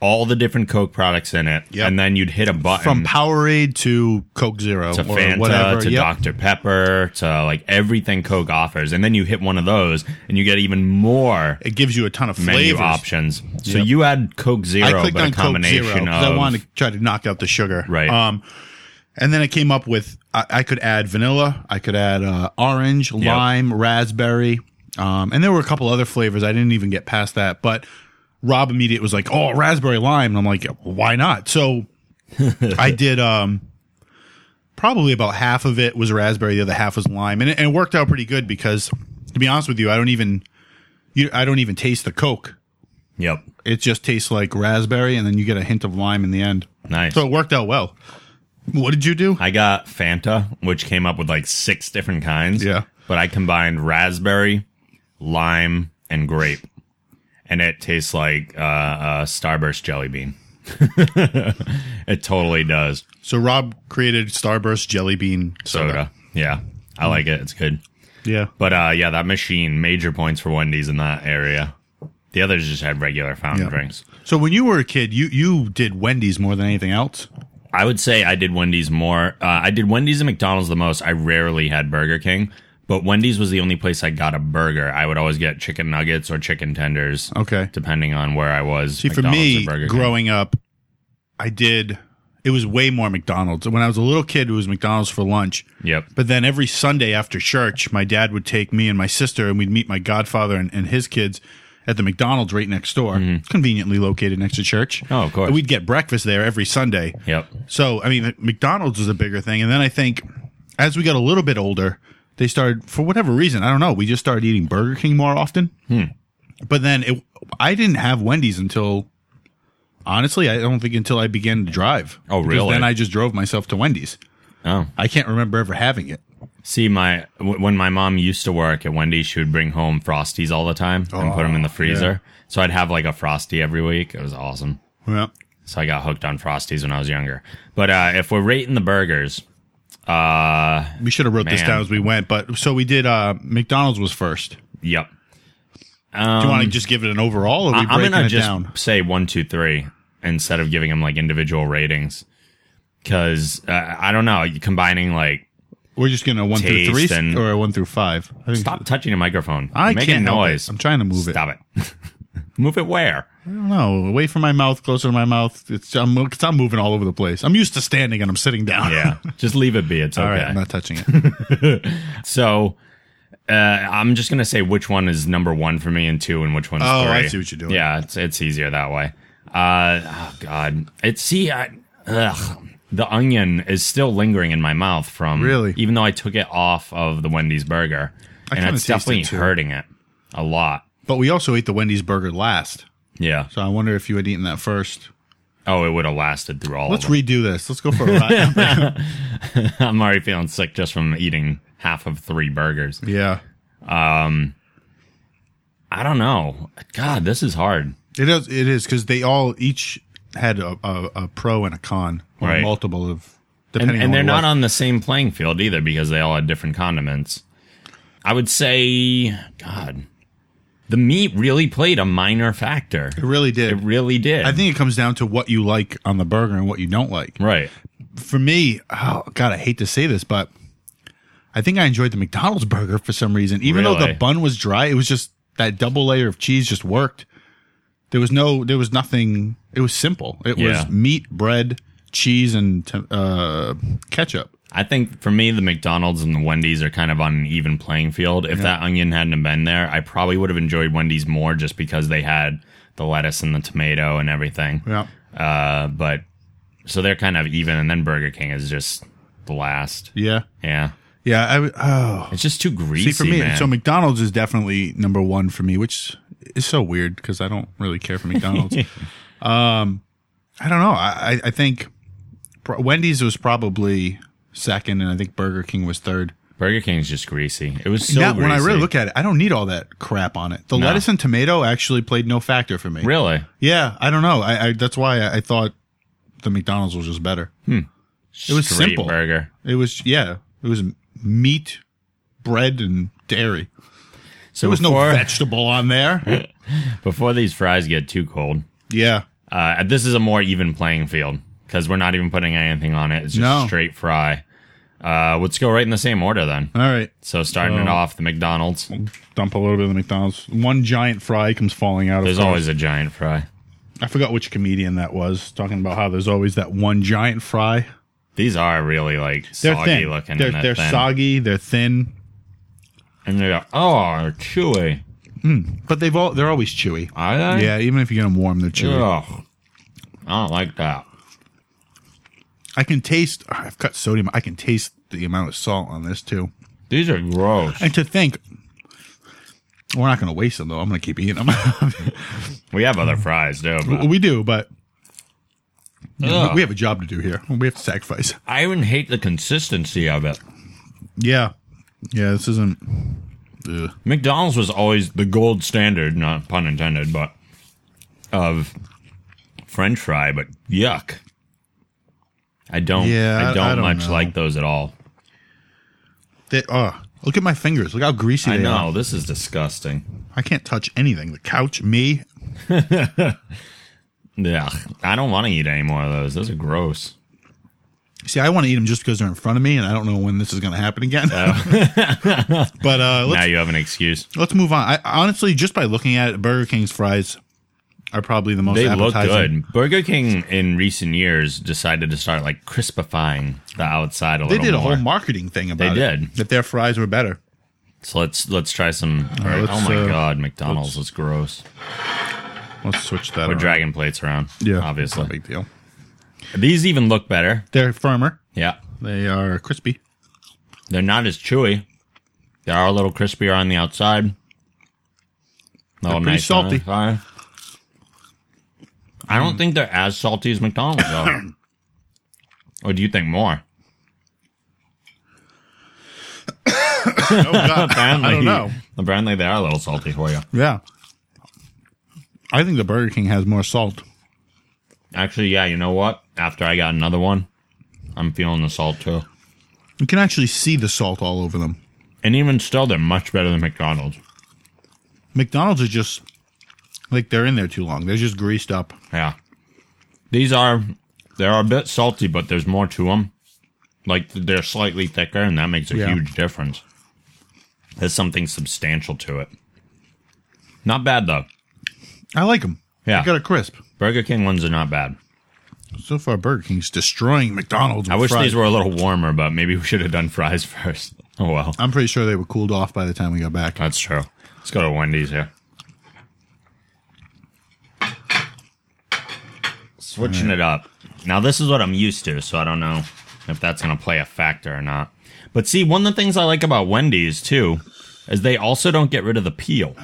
[SPEAKER 3] all the different Coke products in it.
[SPEAKER 4] Yep.
[SPEAKER 3] And then you'd hit a button
[SPEAKER 4] From Powerade to Coke Zero
[SPEAKER 3] to
[SPEAKER 4] or
[SPEAKER 3] Fanta
[SPEAKER 4] whatever.
[SPEAKER 3] to
[SPEAKER 4] Yep.
[SPEAKER 3] Dr. Pepper to like everything Coke offers. And then you hit one of those, and you get even more
[SPEAKER 4] It gives you a ton of
[SPEAKER 3] menu
[SPEAKER 4] flavors.
[SPEAKER 3] options. So
[SPEAKER 4] Yep.
[SPEAKER 3] you had Coke
[SPEAKER 4] I
[SPEAKER 3] Zero,
[SPEAKER 4] clicked
[SPEAKER 3] but
[SPEAKER 4] on
[SPEAKER 3] a
[SPEAKER 4] Coke Zero
[SPEAKER 3] combination
[SPEAKER 4] 'cause
[SPEAKER 3] of
[SPEAKER 4] I wanted to try to knock out the sugar.
[SPEAKER 3] Right.
[SPEAKER 4] Um, and then I came up with I, I could add vanilla, I could add uh, orange, lime, raspberry, um, and there were a couple other flavors. I didn't even get past that, but Rob immediate was like, "Oh, raspberry lime," and I'm like, "Why not?" So I did. Um, probably about half of it was raspberry, the other half was lime, and it, and it worked out pretty good because, to be honest with you, I don't even you I don't even taste the Coke
[SPEAKER 3] yep,
[SPEAKER 4] it just tastes like raspberry and then you get a hint of lime in the end
[SPEAKER 3] nice.
[SPEAKER 4] so it worked out well what did you do
[SPEAKER 3] I got Fanta, which came up with like six different kinds.
[SPEAKER 4] Yeah.
[SPEAKER 3] But I combined raspberry, lime, and grape. And it tastes like uh, a Starburst jelly bean. it totally does.
[SPEAKER 4] so rob created starburst jelly bean soda,
[SPEAKER 3] Soda. Yeah. I like it. It's good.
[SPEAKER 4] yeah
[SPEAKER 3] But uh, yeah, that machine, major points for Wendy's in that area. The others just had regular fountain
[SPEAKER 4] Yeah.
[SPEAKER 3] drinks.
[SPEAKER 4] so when you were a kid you you did wendy's more than anything else
[SPEAKER 3] I would say I did Wendy's more. Uh, I did Wendy's and McDonald's the most. I rarely had Burger King, But Wendy's was the only place I got a burger. I would always get chicken nuggets or chicken tenders.
[SPEAKER 4] Okay.
[SPEAKER 3] Depending on where I was.
[SPEAKER 4] See, for
[SPEAKER 3] McDonald's
[SPEAKER 4] me,
[SPEAKER 3] or Burger King.
[SPEAKER 4] growing up, I did. It was way more McDonald's. When I was a little kid, it was McDonald's for lunch.
[SPEAKER 3] Yep.
[SPEAKER 4] But then every Sunday after church, my dad would take me and my sister, and we'd meet my godfather and, and his kids at the McDonald's right next door, conveniently located next to church.
[SPEAKER 3] Mm-hmm. Oh, of course.
[SPEAKER 4] And we'd get breakfast there every Sunday.
[SPEAKER 3] Yep.
[SPEAKER 4] So, I mean, McDonald's was a bigger thing. And then I think as we got a little bit older, they started, for whatever reason, I don't know, we just started eating Burger King more often.
[SPEAKER 3] Hmm.
[SPEAKER 4] But then it, I didn't have Wendy's until, honestly, I don't think until I began to drive.
[SPEAKER 3] Oh,
[SPEAKER 4] Because
[SPEAKER 3] really?
[SPEAKER 4] Then I just drove myself to Wendy's.
[SPEAKER 3] Oh.
[SPEAKER 4] I can't remember ever having it.
[SPEAKER 3] See, my w- when my mom used to work at Wendy's, she would bring home Frosties all the time and put them
[SPEAKER 4] Oh,
[SPEAKER 3] in the freezer. So I'd have like a Frosty every week. It was awesome.
[SPEAKER 4] Yeah.
[SPEAKER 3] So I got hooked on Frosties when I was younger. But uh, if we're rating the burgers, uh,
[SPEAKER 4] We should have wrote this
[SPEAKER 3] Man.
[SPEAKER 4] down as we went, but so we did. Uh, McDonald's was first.
[SPEAKER 3] yep.
[SPEAKER 4] Do you want to just give it an overall, or are we
[SPEAKER 3] Um, I- I'm
[SPEAKER 4] breaking
[SPEAKER 3] gonna
[SPEAKER 4] it
[SPEAKER 3] just
[SPEAKER 4] down?
[SPEAKER 3] say one, two, three instead of giving them like individual ratings because uh, I don't know. Combining like
[SPEAKER 4] We're just gonna one through
[SPEAKER 3] Taste
[SPEAKER 4] three
[SPEAKER 3] and-
[SPEAKER 4] or one through five. I think
[SPEAKER 3] stop touching your microphone.
[SPEAKER 4] I
[SPEAKER 3] Make
[SPEAKER 4] can't
[SPEAKER 3] a
[SPEAKER 4] help it.
[SPEAKER 3] noise.
[SPEAKER 4] I'm trying to move
[SPEAKER 3] Stop it. Move it where?
[SPEAKER 4] it. I don't know. Away from my mouth, closer to my mouth. It's I'm, 'cause I'm moving all over the place. I'm used to standing and I'm sitting down.
[SPEAKER 3] Yeah, just leave it be. It's okay.
[SPEAKER 4] all right. I'm not touching it.
[SPEAKER 3] So uh, I'm just gonna say which one is number one for me and two, and which one's
[SPEAKER 4] Oh,
[SPEAKER 3] three.
[SPEAKER 4] I see what you're doing.
[SPEAKER 3] Yeah, it's it's easier that way. Uh, oh God, it's see, I, ugh, the onion is still lingering in my mouth from
[SPEAKER 4] Really?
[SPEAKER 3] even though I took it off of the Wendy's burger,
[SPEAKER 4] I
[SPEAKER 3] and
[SPEAKER 4] kinda
[SPEAKER 3] it's
[SPEAKER 4] taste it,
[SPEAKER 3] definitely
[SPEAKER 4] too.
[SPEAKER 3] hurting it a lot.
[SPEAKER 4] but we also ate the Wendy's burger last,
[SPEAKER 3] Yeah.
[SPEAKER 4] so I wonder if you had eaten that first.
[SPEAKER 3] Oh, it would have lasted through all.
[SPEAKER 4] Let's
[SPEAKER 3] of them.
[SPEAKER 4] redo this. Let's go for a ride.
[SPEAKER 3] I'm already feeling sick just from eating half of three burgers.
[SPEAKER 4] yeah.
[SPEAKER 3] I don't know. God, this is hard.
[SPEAKER 4] It is. It is because they all each had a, a, a pro and a con, or
[SPEAKER 3] Right.
[SPEAKER 4] a multiple of
[SPEAKER 3] and,
[SPEAKER 4] depending.
[SPEAKER 3] and
[SPEAKER 4] on
[SPEAKER 3] they're
[SPEAKER 4] what
[SPEAKER 3] not
[SPEAKER 4] it was.
[SPEAKER 3] on the same playing field either because they all had different condiments. I would say, God, the meat really played a minor factor.
[SPEAKER 4] It really did.
[SPEAKER 3] It really did.
[SPEAKER 4] I think it comes down to what you like on the burger and what you don't like.
[SPEAKER 3] right.
[SPEAKER 4] For me, oh god, I hate to say this, but I think I enjoyed the McDonald's burger for some reason. Even though
[SPEAKER 3] Really?
[SPEAKER 4] the bun was dry, it was just that double layer of cheese just worked. There was no, there was nothing. It was simple. It
[SPEAKER 3] Yeah.
[SPEAKER 4] was meat, bread, cheese, and tem- uh, ketchup.
[SPEAKER 3] I think for me, the McDonald's and the Wendy's are kind of on an even playing field. If that onion hadn't have been there, I probably would have enjoyed Wendy's more just because they had the lettuce and the tomato and everything.
[SPEAKER 4] Yeah.
[SPEAKER 3] Uh, but so they're kind of even, and then Burger King is just the last.
[SPEAKER 4] Yeah,
[SPEAKER 3] Yeah,
[SPEAKER 4] yeah. I w- oh.
[SPEAKER 3] it's just too greasy.
[SPEAKER 4] See, for me,
[SPEAKER 3] man.
[SPEAKER 4] so McDonald's is definitely number one for me, which is so weird because I don't really care for McDonald's. um, I don't know. I, I- I think pro- Wendy's was probably second, and I think Burger King was third.
[SPEAKER 3] Burger King's just greasy. It was so
[SPEAKER 4] yeah,
[SPEAKER 3] greasy.
[SPEAKER 4] when I really look at it, I don't need all that crap on it. The lettuce and tomato actually played no factor for me.
[SPEAKER 3] really
[SPEAKER 4] Yeah, I don't know. I, I that's why I, I thought the McDonald's was just better.
[SPEAKER 3] it Straight
[SPEAKER 4] was simple.
[SPEAKER 3] burger.
[SPEAKER 4] It was yeah, it was meat, bread, and dairy.
[SPEAKER 3] So
[SPEAKER 4] There was no
[SPEAKER 3] before,
[SPEAKER 4] vegetable on there.
[SPEAKER 3] before these fries get too cold.
[SPEAKER 4] yeah.
[SPEAKER 3] Uh, this is a more even playing field because we're not even putting anything on it. It's just
[SPEAKER 4] No.
[SPEAKER 3] straight fry. Uh, let's go right in the same order then.
[SPEAKER 4] All right.
[SPEAKER 3] So starting it off, the McDonald's.
[SPEAKER 4] dump a little bit Oh. of the McDonald's. One giant fry comes falling out.
[SPEAKER 3] There's
[SPEAKER 4] of course.
[SPEAKER 3] always a giant fry.
[SPEAKER 4] I forgot which comedian that was talking about how there's always that one giant fry.
[SPEAKER 3] These are really like
[SPEAKER 4] They're
[SPEAKER 3] soggy
[SPEAKER 4] thin.
[SPEAKER 3] looking.
[SPEAKER 4] they're
[SPEAKER 3] and
[SPEAKER 4] they're
[SPEAKER 3] thin.
[SPEAKER 4] soggy. They're thin,
[SPEAKER 3] And they're oh chewy.
[SPEAKER 4] but they've all they're always chewy.
[SPEAKER 3] Are they?
[SPEAKER 4] yeah, even if you get them warm, they're chewy.
[SPEAKER 3] Ugh. I don't like that.
[SPEAKER 4] I can taste. I've cut sodium. I can taste the amount of salt on this too.
[SPEAKER 3] These are gross.
[SPEAKER 4] And to think, we're not going to waste them though. I'm going to keep eating them.
[SPEAKER 3] We have other fries too. but-
[SPEAKER 4] we do, but you know,
[SPEAKER 3] Ugh.
[SPEAKER 4] we have a job to do here. We have to sacrifice.
[SPEAKER 3] I even hate the consistency of it.
[SPEAKER 4] Yeah, yeah. This isn't. Ugh.
[SPEAKER 3] McDonald's was always the gold standard, not pun intended, but of French fry, but yuck. I don't
[SPEAKER 4] Yeah,
[SPEAKER 3] I,
[SPEAKER 4] I-
[SPEAKER 3] don't
[SPEAKER 4] I don't
[SPEAKER 3] much
[SPEAKER 4] know.
[SPEAKER 3] like those at all.
[SPEAKER 4] They, oh, look at my fingers. Look how greasy
[SPEAKER 3] I
[SPEAKER 4] they
[SPEAKER 3] know,
[SPEAKER 4] are.
[SPEAKER 3] this is disgusting.
[SPEAKER 4] I can't touch anything. The couch, me.
[SPEAKER 3] Yeah. I don't want to eat any more of those. Those are gross.
[SPEAKER 4] See, I want to eat them just because they're in front of me, and I don't know when this is going to happen again. but uh, let's
[SPEAKER 3] now you have an excuse.
[SPEAKER 4] let's move on. I honestly, just by looking at it, Burger King's fries are probably the most
[SPEAKER 3] They look
[SPEAKER 4] appetizing.
[SPEAKER 3] good. Burger King in recent years decided to start like crispifying the outside a
[SPEAKER 4] They
[SPEAKER 3] little
[SPEAKER 4] did a
[SPEAKER 3] more.
[SPEAKER 4] whole marketing thing about
[SPEAKER 3] They
[SPEAKER 4] it.
[SPEAKER 3] did.
[SPEAKER 4] that their fries were better.
[SPEAKER 3] so let's let's try some. all right.
[SPEAKER 4] let's,
[SPEAKER 3] oh my
[SPEAKER 4] uh,
[SPEAKER 3] god, McDonald's is gross.
[SPEAKER 4] Let's switch that.
[SPEAKER 3] We're
[SPEAKER 4] around.
[SPEAKER 3] dragging plates around.
[SPEAKER 4] yeah,
[SPEAKER 3] obviously.
[SPEAKER 4] not a big deal.
[SPEAKER 3] These even look better.
[SPEAKER 4] They're firmer.
[SPEAKER 3] Yeah,
[SPEAKER 4] They are crispy.
[SPEAKER 3] they're not as chewy. They are a little crispier on the outside. A little
[SPEAKER 4] pretty
[SPEAKER 3] nice on the
[SPEAKER 4] salty.
[SPEAKER 3] inside. I don't think they're as salty as McDonald's though. or do you think more?
[SPEAKER 4] Oh God,
[SPEAKER 3] Apparently,
[SPEAKER 4] I don't know.
[SPEAKER 3] Apparently, they are a little salty for you.
[SPEAKER 4] Yeah, I think the Burger King has more salt.
[SPEAKER 3] Actually, yeah. You know what? After I got another one, I'm feeling the salt too.
[SPEAKER 4] You can actually see the salt all over them.
[SPEAKER 3] And even still, they're much better than McDonald's.
[SPEAKER 4] McDonald's is just like they're in there too long. They're just greased up.
[SPEAKER 3] Yeah. These are they are a bit salty, but there's more to them. Like they're slightly thicker, and that makes a
[SPEAKER 4] Yeah.
[SPEAKER 3] huge difference. There's something substantial to it. Not bad though.
[SPEAKER 4] I like them.
[SPEAKER 3] Yeah.
[SPEAKER 4] they got a crisp.
[SPEAKER 3] Burger King ones are not bad.
[SPEAKER 4] So far, Burger King's destroying McDonald's.
[SPEAKER 3] I
[SPEAKER 4] with
[SPEAKER 3] wish
[SPEAKER 4] fries.
[SPEAKER 3] these were a little warmer, but maybe we should have done fries first. Oh well,
[SPEAKER 4] I'm pretty sure they were cooled off by the time we got back.
[SPEAKER 3] that's true. Let's go to Wendy's here. Switching it up. Now this is what I'm used to, so I don't know if that's going to play a factor or not. But see, one of the things I like about Wendy's too is they also don't get rid of the peel,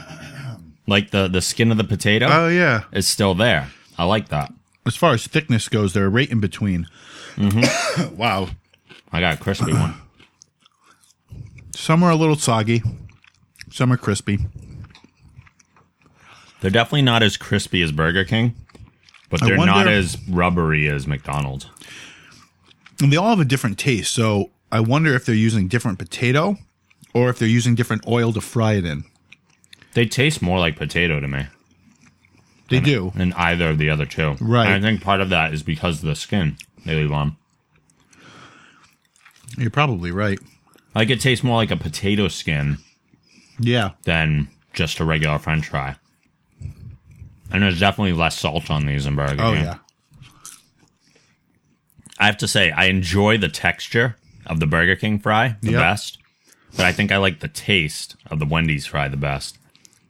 [SPEAKER 3] like the the skin of the potato
[SPEAKER 4] Oh yeah.
[SPEAKER 3] is still there. I like that.
[SPEAKER 4] As far as thickness goes, they're right in between.
[SPEAKER 3] Mm-hmm.
[SPEAKER 4] wow.
[SPEAKER 3] I got a crispy one.
[SPEAKER 4] Some are a little soggy. Some are crispy.
[SPEAKER 3] They're definitely not as crispy as Burger King, but
[SPEAKER 4] I
[SPEAKER 3] they're
[SPEAKER 4] wonder-
[SPEAKER 3] not as rubbery as McDonald's.
[SPEAKER 4] And they all have a different taste. So I wonder if they're using different potato or if they're using different oil to fry it in.
[SPEAKER 3] They taste more like potato to me
[SPEAKER 4] They do.
[SPEAKER 3] than either of the other two.
[SPEAKER 4] Right.
[SPEAKER 3] And I think part of that is because of the skin they leave on.
[SPEAKER 4] You're probably right.
[SPEAKER 3] Like it tastes more like a potato skin
[SPEAKER 4] Yeah.
[SPEAKER 3] than just a regular French fry. And there's definitely less salt on these than Burger
[SPEAKER 4] Oh
[SPEAKER 3] King.
[SPEAKER 4] yeah.
[SPEAKER 3] I have to say, I enjoy the texture of the Burger King fry the
[SPEAKER 4] Yeah.
[SPEAKER 3] best, but I think I like the taste of the Wendy's fry the best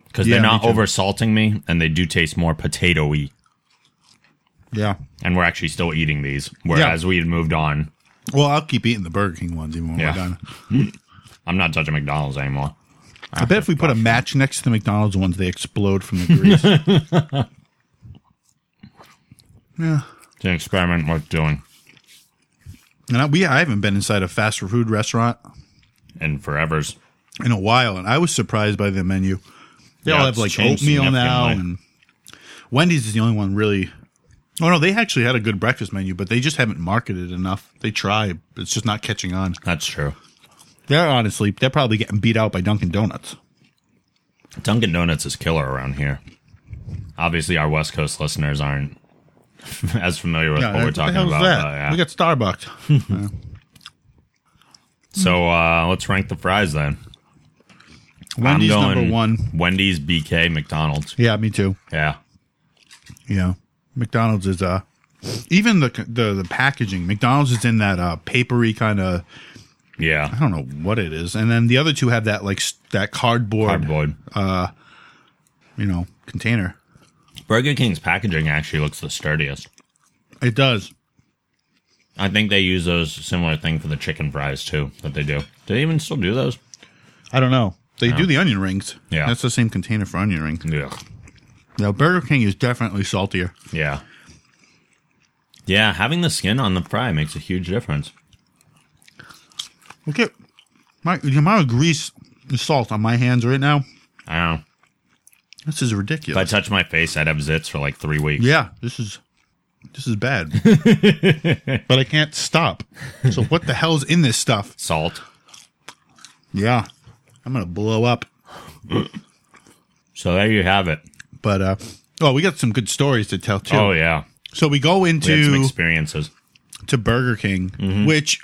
[SPEAKER 3] because
[SPEAKER 4] Yeah,
[SPEAKER 3] they're
[SPEAKER 4] me
[SPEAKER 3] not
[SPEAKER 4] too.
[SPEAKER 3] over salting me and they do taste more potato y.
[SPEAKER 4] Yeah.
[SPEAKER 3] And we're actually still eating these, whereas we had moved on.
[SPEAKER 4] Well, I'll keep eating the Burger King ones even when
[SPEAKER 3] Yeah.
[SPEAKER 4] we're done.
[SPEAKER 3] I'm not touching McDonald's anymore.
[SPEAKER 4] I bet if we put a match next to the McDonald's ones, they explode from the grease. yeah.
[SPEAKER 3] It's an experiment worth doing.
[SPEAKER 4] And I, we, I haven't been inside a fast food restaurant
[SPEAKER 3] And forever's.
[SPEAKER 4] in a while, and I was surprised by the menu. They
[SPEAKER 3] Yeah,
[SPEAKER 4] all
[SPEAKER 3] it's
[SPEAKER 4] have like
[SPEAKER 3] changed
[SPEAKER 4] oatmeal now, and
[SPEAKER 3] significantly.
[SPEAKER 4] Wendy's is the only one really. Oh no, they actually had a good breakfast menu, but they just haven't marketed enough. They try, but it's just not catching on.
[SPEAKER 3] That's true.
[SPEAKER 4] They're honestly, they're probably getting beat out by Dunkin' Donuts.
[SPEAKER 3] Dunkin' Donuts is killer around here. Obviously, our West Coast listeners aren't as familiar with what we're
[SPEAKER 4] the
[SPEAKER 3] talking
[SPEAKER 4] hell's
[SPEAKER 3] about.
[SPEAKER 4] that?
[SPEAKER 3] but yeah.
[SPEAKER 4] We got Starbucks.
[SPEAKER 3] so uh, let's rank the fries then.
[SPEAKER 4] Wendy's number one.
[SPEAKER 3] Wendy's, BK, McDonald's.
[SPEAKER 4] Yeah, me too.
[SPEAKER 3] Yeah.
[SPEAKER 4] Yeah, McDonald's is uh even the the the packaging. McDonald's is in that uh papery kind of I
[SPEAKER 3] Yeah.
[SPEAKER 4] don't know what it is, and then the other two have that like s- that cardboard,
[SPEAKER 3] Cardboard.
[SPEAKER 4] Uh, you know container.
[SPEAKER 3] Burger King's packaging actually looks the sturdiest.
[SPEAKER 4] It does.
[SPEAKER 3] I think they use those similar thing for the chicken fries too that they do. Do they even still do those?
[SPEAKER 4] I don't know. They do the onion rings.
[SPEAKER 3] Yeah.
[SPEAKER 4] that's the same container for onion rings.
[SPEAKER 3] Yeah.
[SPEAKER 4] Now Burger King is definitely saltier.
[SPEAKER 3] Yeah. Yeah, having the skin on the fry makes a huge difference.
[SPEAKER 4] Look at my the amount of grease and salt on my hands right now.
[SPEAKER 3] I don't know.
[SPEAKER 4] This is
[SPEAKER 3] If I
[SPEAKER 4] ridiculous.
[SPEAKER 3] touched my face, I'd have zits for like three weeks.
[SPEAKER 4] yeah, this is this is bad. but I can't stop. So what the hell's in this stuff?
[SPEAKER 3] Salt.
[SPEAKER 4] Yeah. I'm going to blow up.
[SPEAKER 3] So there you have it.
[SPEAKER 4] But, uh, oh, we got some good stories to tell, too.
[SPEAKER 3] Oh, yeah.
[SPEAKER 4] So we go
[SPEAKER 3] We had some Mm-hmm.
[SPEAKER 4] into
[SPEAKER 3] experiences.
[SPEAKER 4] to Burger King, which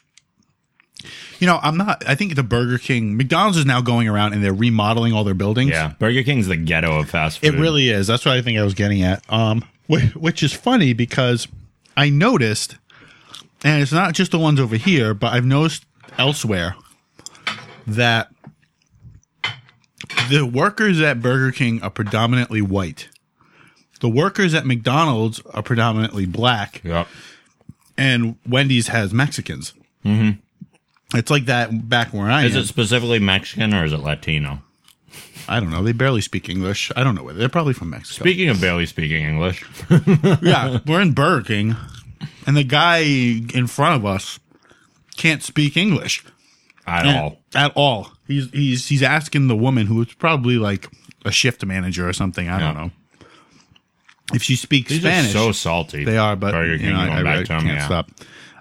[SPEAKER 4] you know, I'm not I think the Burger King McDonald's is now going around and they're remodeling all their buildings.
[SPEAKER 3] Yeah, Burger King's the ghetto of fast
[SPEAKER 4] It
[SPEAKER 3] food.
[SPEAKER 4] really is. That's what I think I was getting at. Um, wh- which is funny because I noticed, and it's not just the ones over here, but I've noticed elsewhere that the workers at Burger King are predominantly white. The workers at McDonald's are predominantly black,
[SPEAKER 3] Yep.
[SPEAKER 4] and Wendy's has Mexicans. Mm-hmm. It's like that back where I
[SPEAKER 3] Is
[SPEAKER 4] am.
[SPEAKER 3] it specifically Mexican or is it Latino?
[SPEAKER 4] I don't know. They barely speak English. I don't know whether they're probably from Mexico.
[SPEAKER 3] Speaking of barely speaking English,
[SPEAKER 4] yeah, we're in Burger King, and the guy in front of us can't speak English
[SPEAKER 3] at all.
[SPEAKER 4] at all. He's he's he's asking the woman who is probably like a shift manager or something. I don't
[SPEAKER 3] Yeah.
[SPEAKER 4] know if she speaks
[SPEAKER 3] These
[SPEAKER 4] Spanish.
[SPEAKER 3] are so salty.
[SPEAKER 4] they are, but
[SPEAKER 3] Burger King
[SPEAKER 4] you know,
[SPEAKER 3] going
[SPEAKER 4] I, I
[SPEAKER 3] back
[SPEAKER 4] really
[SPEAKER 3] to 'em,
[SPEAKER 4] can't
[SPEAKER 3] yeah.
[SPEAKER 4] stop.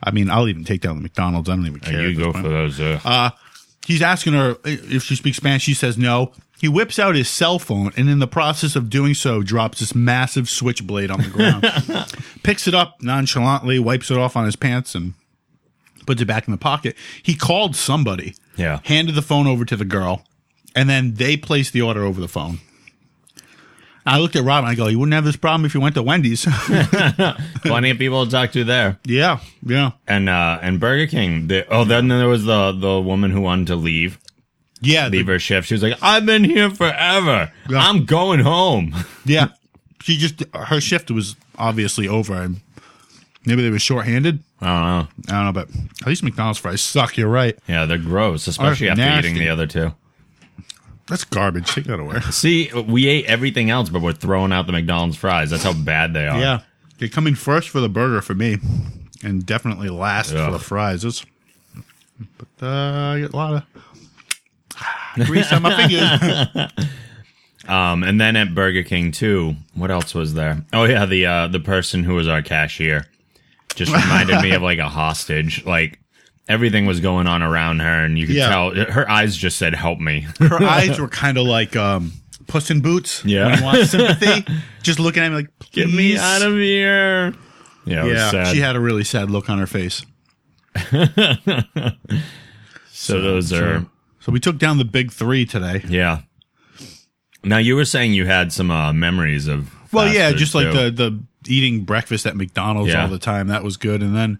[SPEAKER 4] I mean, I'll even take down the McDonald's. I don't even
[SPEAKER 3] Hey,
[SPEAKER 4] care. at
[SPEAKER 3] you
[SPEAKER 4] this
[SPEAKER 3] go
[SPEAKER 4] point.
[SPEAKER 3] for those. Uh,
[SPEAKER 4] He's asking her if she speaks Spanish. She says no. He whips out his cell phone and, in the process of doing so, drops this massive switchblade on the ground. Picks it up nonchalantly, wipes it off on his pants, and puts it back in the pocket. He called somebody,
[SPEAKER 3] Yeah.
[SPEAKER 4] handed the phone over to the girl, and then they placed the order over the phone. I looked at Rob and I go, "You wouldn't have this problem if you went to Wendy's."
[SPEAKER 3] plenty of people to talk to there.
[SPEAKER 4] yeah, yeah,
[SPEAKER 3] And uh, and Burger King. They, oh, then there was the the woman who wanted to leave,
[SPEAKER 4] yeah, the-
[SPEAKER 3] leave her shift. She was like, "I've been here forever.
[SPEAKER 4] Yeah.
[SPEAKER 3] I'm going home."
[SPEAKER 4] Yeah. She just her shift was obviously over. and Maybe they were shorthanded.
[SPEAKER 3] I don't know.
[SPEAKER 4] I don't know, but at least McDonald's fries suck. You're right.
[SPEAKER 3] Yeah, they're gross, especially after
[SPEAKER 4] nasty.
[SPEAKER 3] eating the other two.
[SPEAKER 4] That's garbage. Take that away.
[SPEAKER 3] See, we ate everything else, but we're throwing out the McDonald's fries. That's how bad they are.
[SPEAKER 4] Yeah, they come in first for the burger for me, and definitely last for the
[SPEAKER 3] Ugh.
[SPEAKER 4] fries. It's, but uh, I get a lot of grease on my fingers.
[SPEAKER 3] Um, and then at Burger King too. What else was there? Oh yeah, the uh, the person who was our cashier just reminded me of like a hostage. Like everything was going on around her, and you could
[SPEAKER 4] Yeah.
[SPEAKER 3] tell her eyes just said "Help me."
[SPEAKER 4] Her eyes were kind of like um, Puss in Boots.
[SPEAKER 3] Yeah.
[SPEAKER 4] when you want sympathy, just looking at me like,
[SPEAKER 3] Get me
[SPEAKER 4] "Please."
[SPEAKER 3] out of here. Yeah, it was
[SPEAKER 4] Yeah,
[SPEAKER 3] sad.
[SPEAKER 4] she had a really sad look on her face.
[SPEAKER 3] so those are
[SPEAKER 4] So we took down the big three today.
[SPEAKER 3] yeah. Now you were saying you had some uh, memories of
[SPEAKER 4] Well,
[SPEAKER 3] fast
[SPEAKER 4] yeah,
[SPEAKER 3] food,
[SPEAKER 4] just like
[SPEAKER 3] too.
[SPEAKER 4] the the eating breakfast at McDonald's
[SPEAKER 3] Yeah.
[SPEAKER 4] all the time. That was good. And then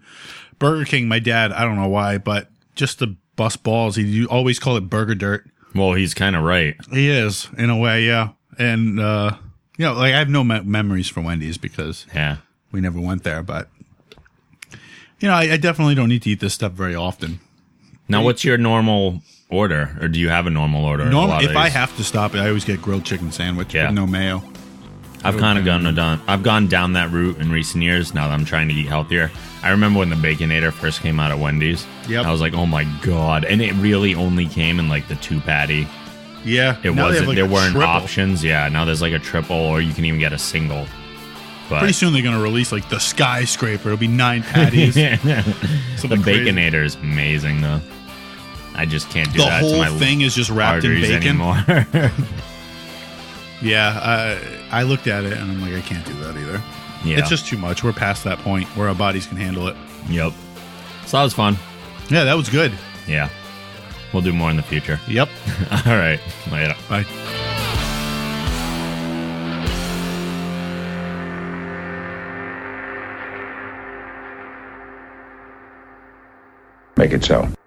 [SPEAKER 4] Burger King, my dad, I don't know why, but just the bust balls. He you always call it burger dirt.
[SPEAKER 3] well, he's kind of right.
[SPEAKER 4] He is in a way, yeah. And uh, you know, like I have no me- memories for Wendy's because
[SPEAKER 3] Yeah,
[SPEAKER 4] we never went there. But you know, I, I definitely don't need to eat this stuff very often.
[SPEAKER 3] Now, what's your normal order, or do you have a normal order? at a lot
[SPEAKER 4] Normally,
[SPEAKER 3] of
[SPEAKER 4] if I
[SPEAKER 3] these?
[SPEAKER 4] have to stop, I always get grilled chicken sandwich
[SPEAKER 3] Yeah.
[SPEAKER 4] with no mayo.
[SPEAKER 3] I've kind of gone down. I've gone down that route in recent years. Now that I'm trying to eat healthier, I remember when the Baconator first came out at Wendy's.
[SPEAKER 4] Yep.
[SPEAKER 3] I was like, oh my god! And it really only came in like the two patty.
[SPEAKER 4] Yeah,
[SPEAKER 3] It
[SPEAKER 4] now they have,
[SPEAKER 3] wasn't.
[SPEAKER 4] like,
[SPEAKER 3] there
[SPEAKER 4] a
[SPEAKER 3] weren't
[SPEAKER 4] triple.
[SPEAKER 3] options. Yeah. Now there's like a triple, or you can even get a single. But
[SPEAKER 4] Pretty soon they're going to release like the skyscraper. It'll be nine patties.
[SPEAKER 3] the
[SPEAKER 4] Something crazy.
[SPEAKER 3] Baconator is amazing, though. I just can't do
[SPEAKER 4] the
[SPEAKER 3] that to my
[SPEAKER 4] whole thing is just wrapped in
[SPEAKER 3] arteries
[SPEAKER 4] bacon.
[SPEAKER 3] anymore.
[SPEAKER 4] Yeah, I, I looked at it and I'm like, I can't do that either.
[SPEAKER 3] yeah.
[SPEAKER 4] It's just too much. We're past that point where our bodies can handle it.
[SPEAKER 3] yep. So that was fun.
[SPEAKER 4] Yeah, that was good.
[SPEAKER 3] Yeah. We'll do more in the future.
[SPEAKER 4] Yep.
[SPEAKER 3] All right. Later.
[SPEAKER 4] I,
[SPEAKER 5] Make it so.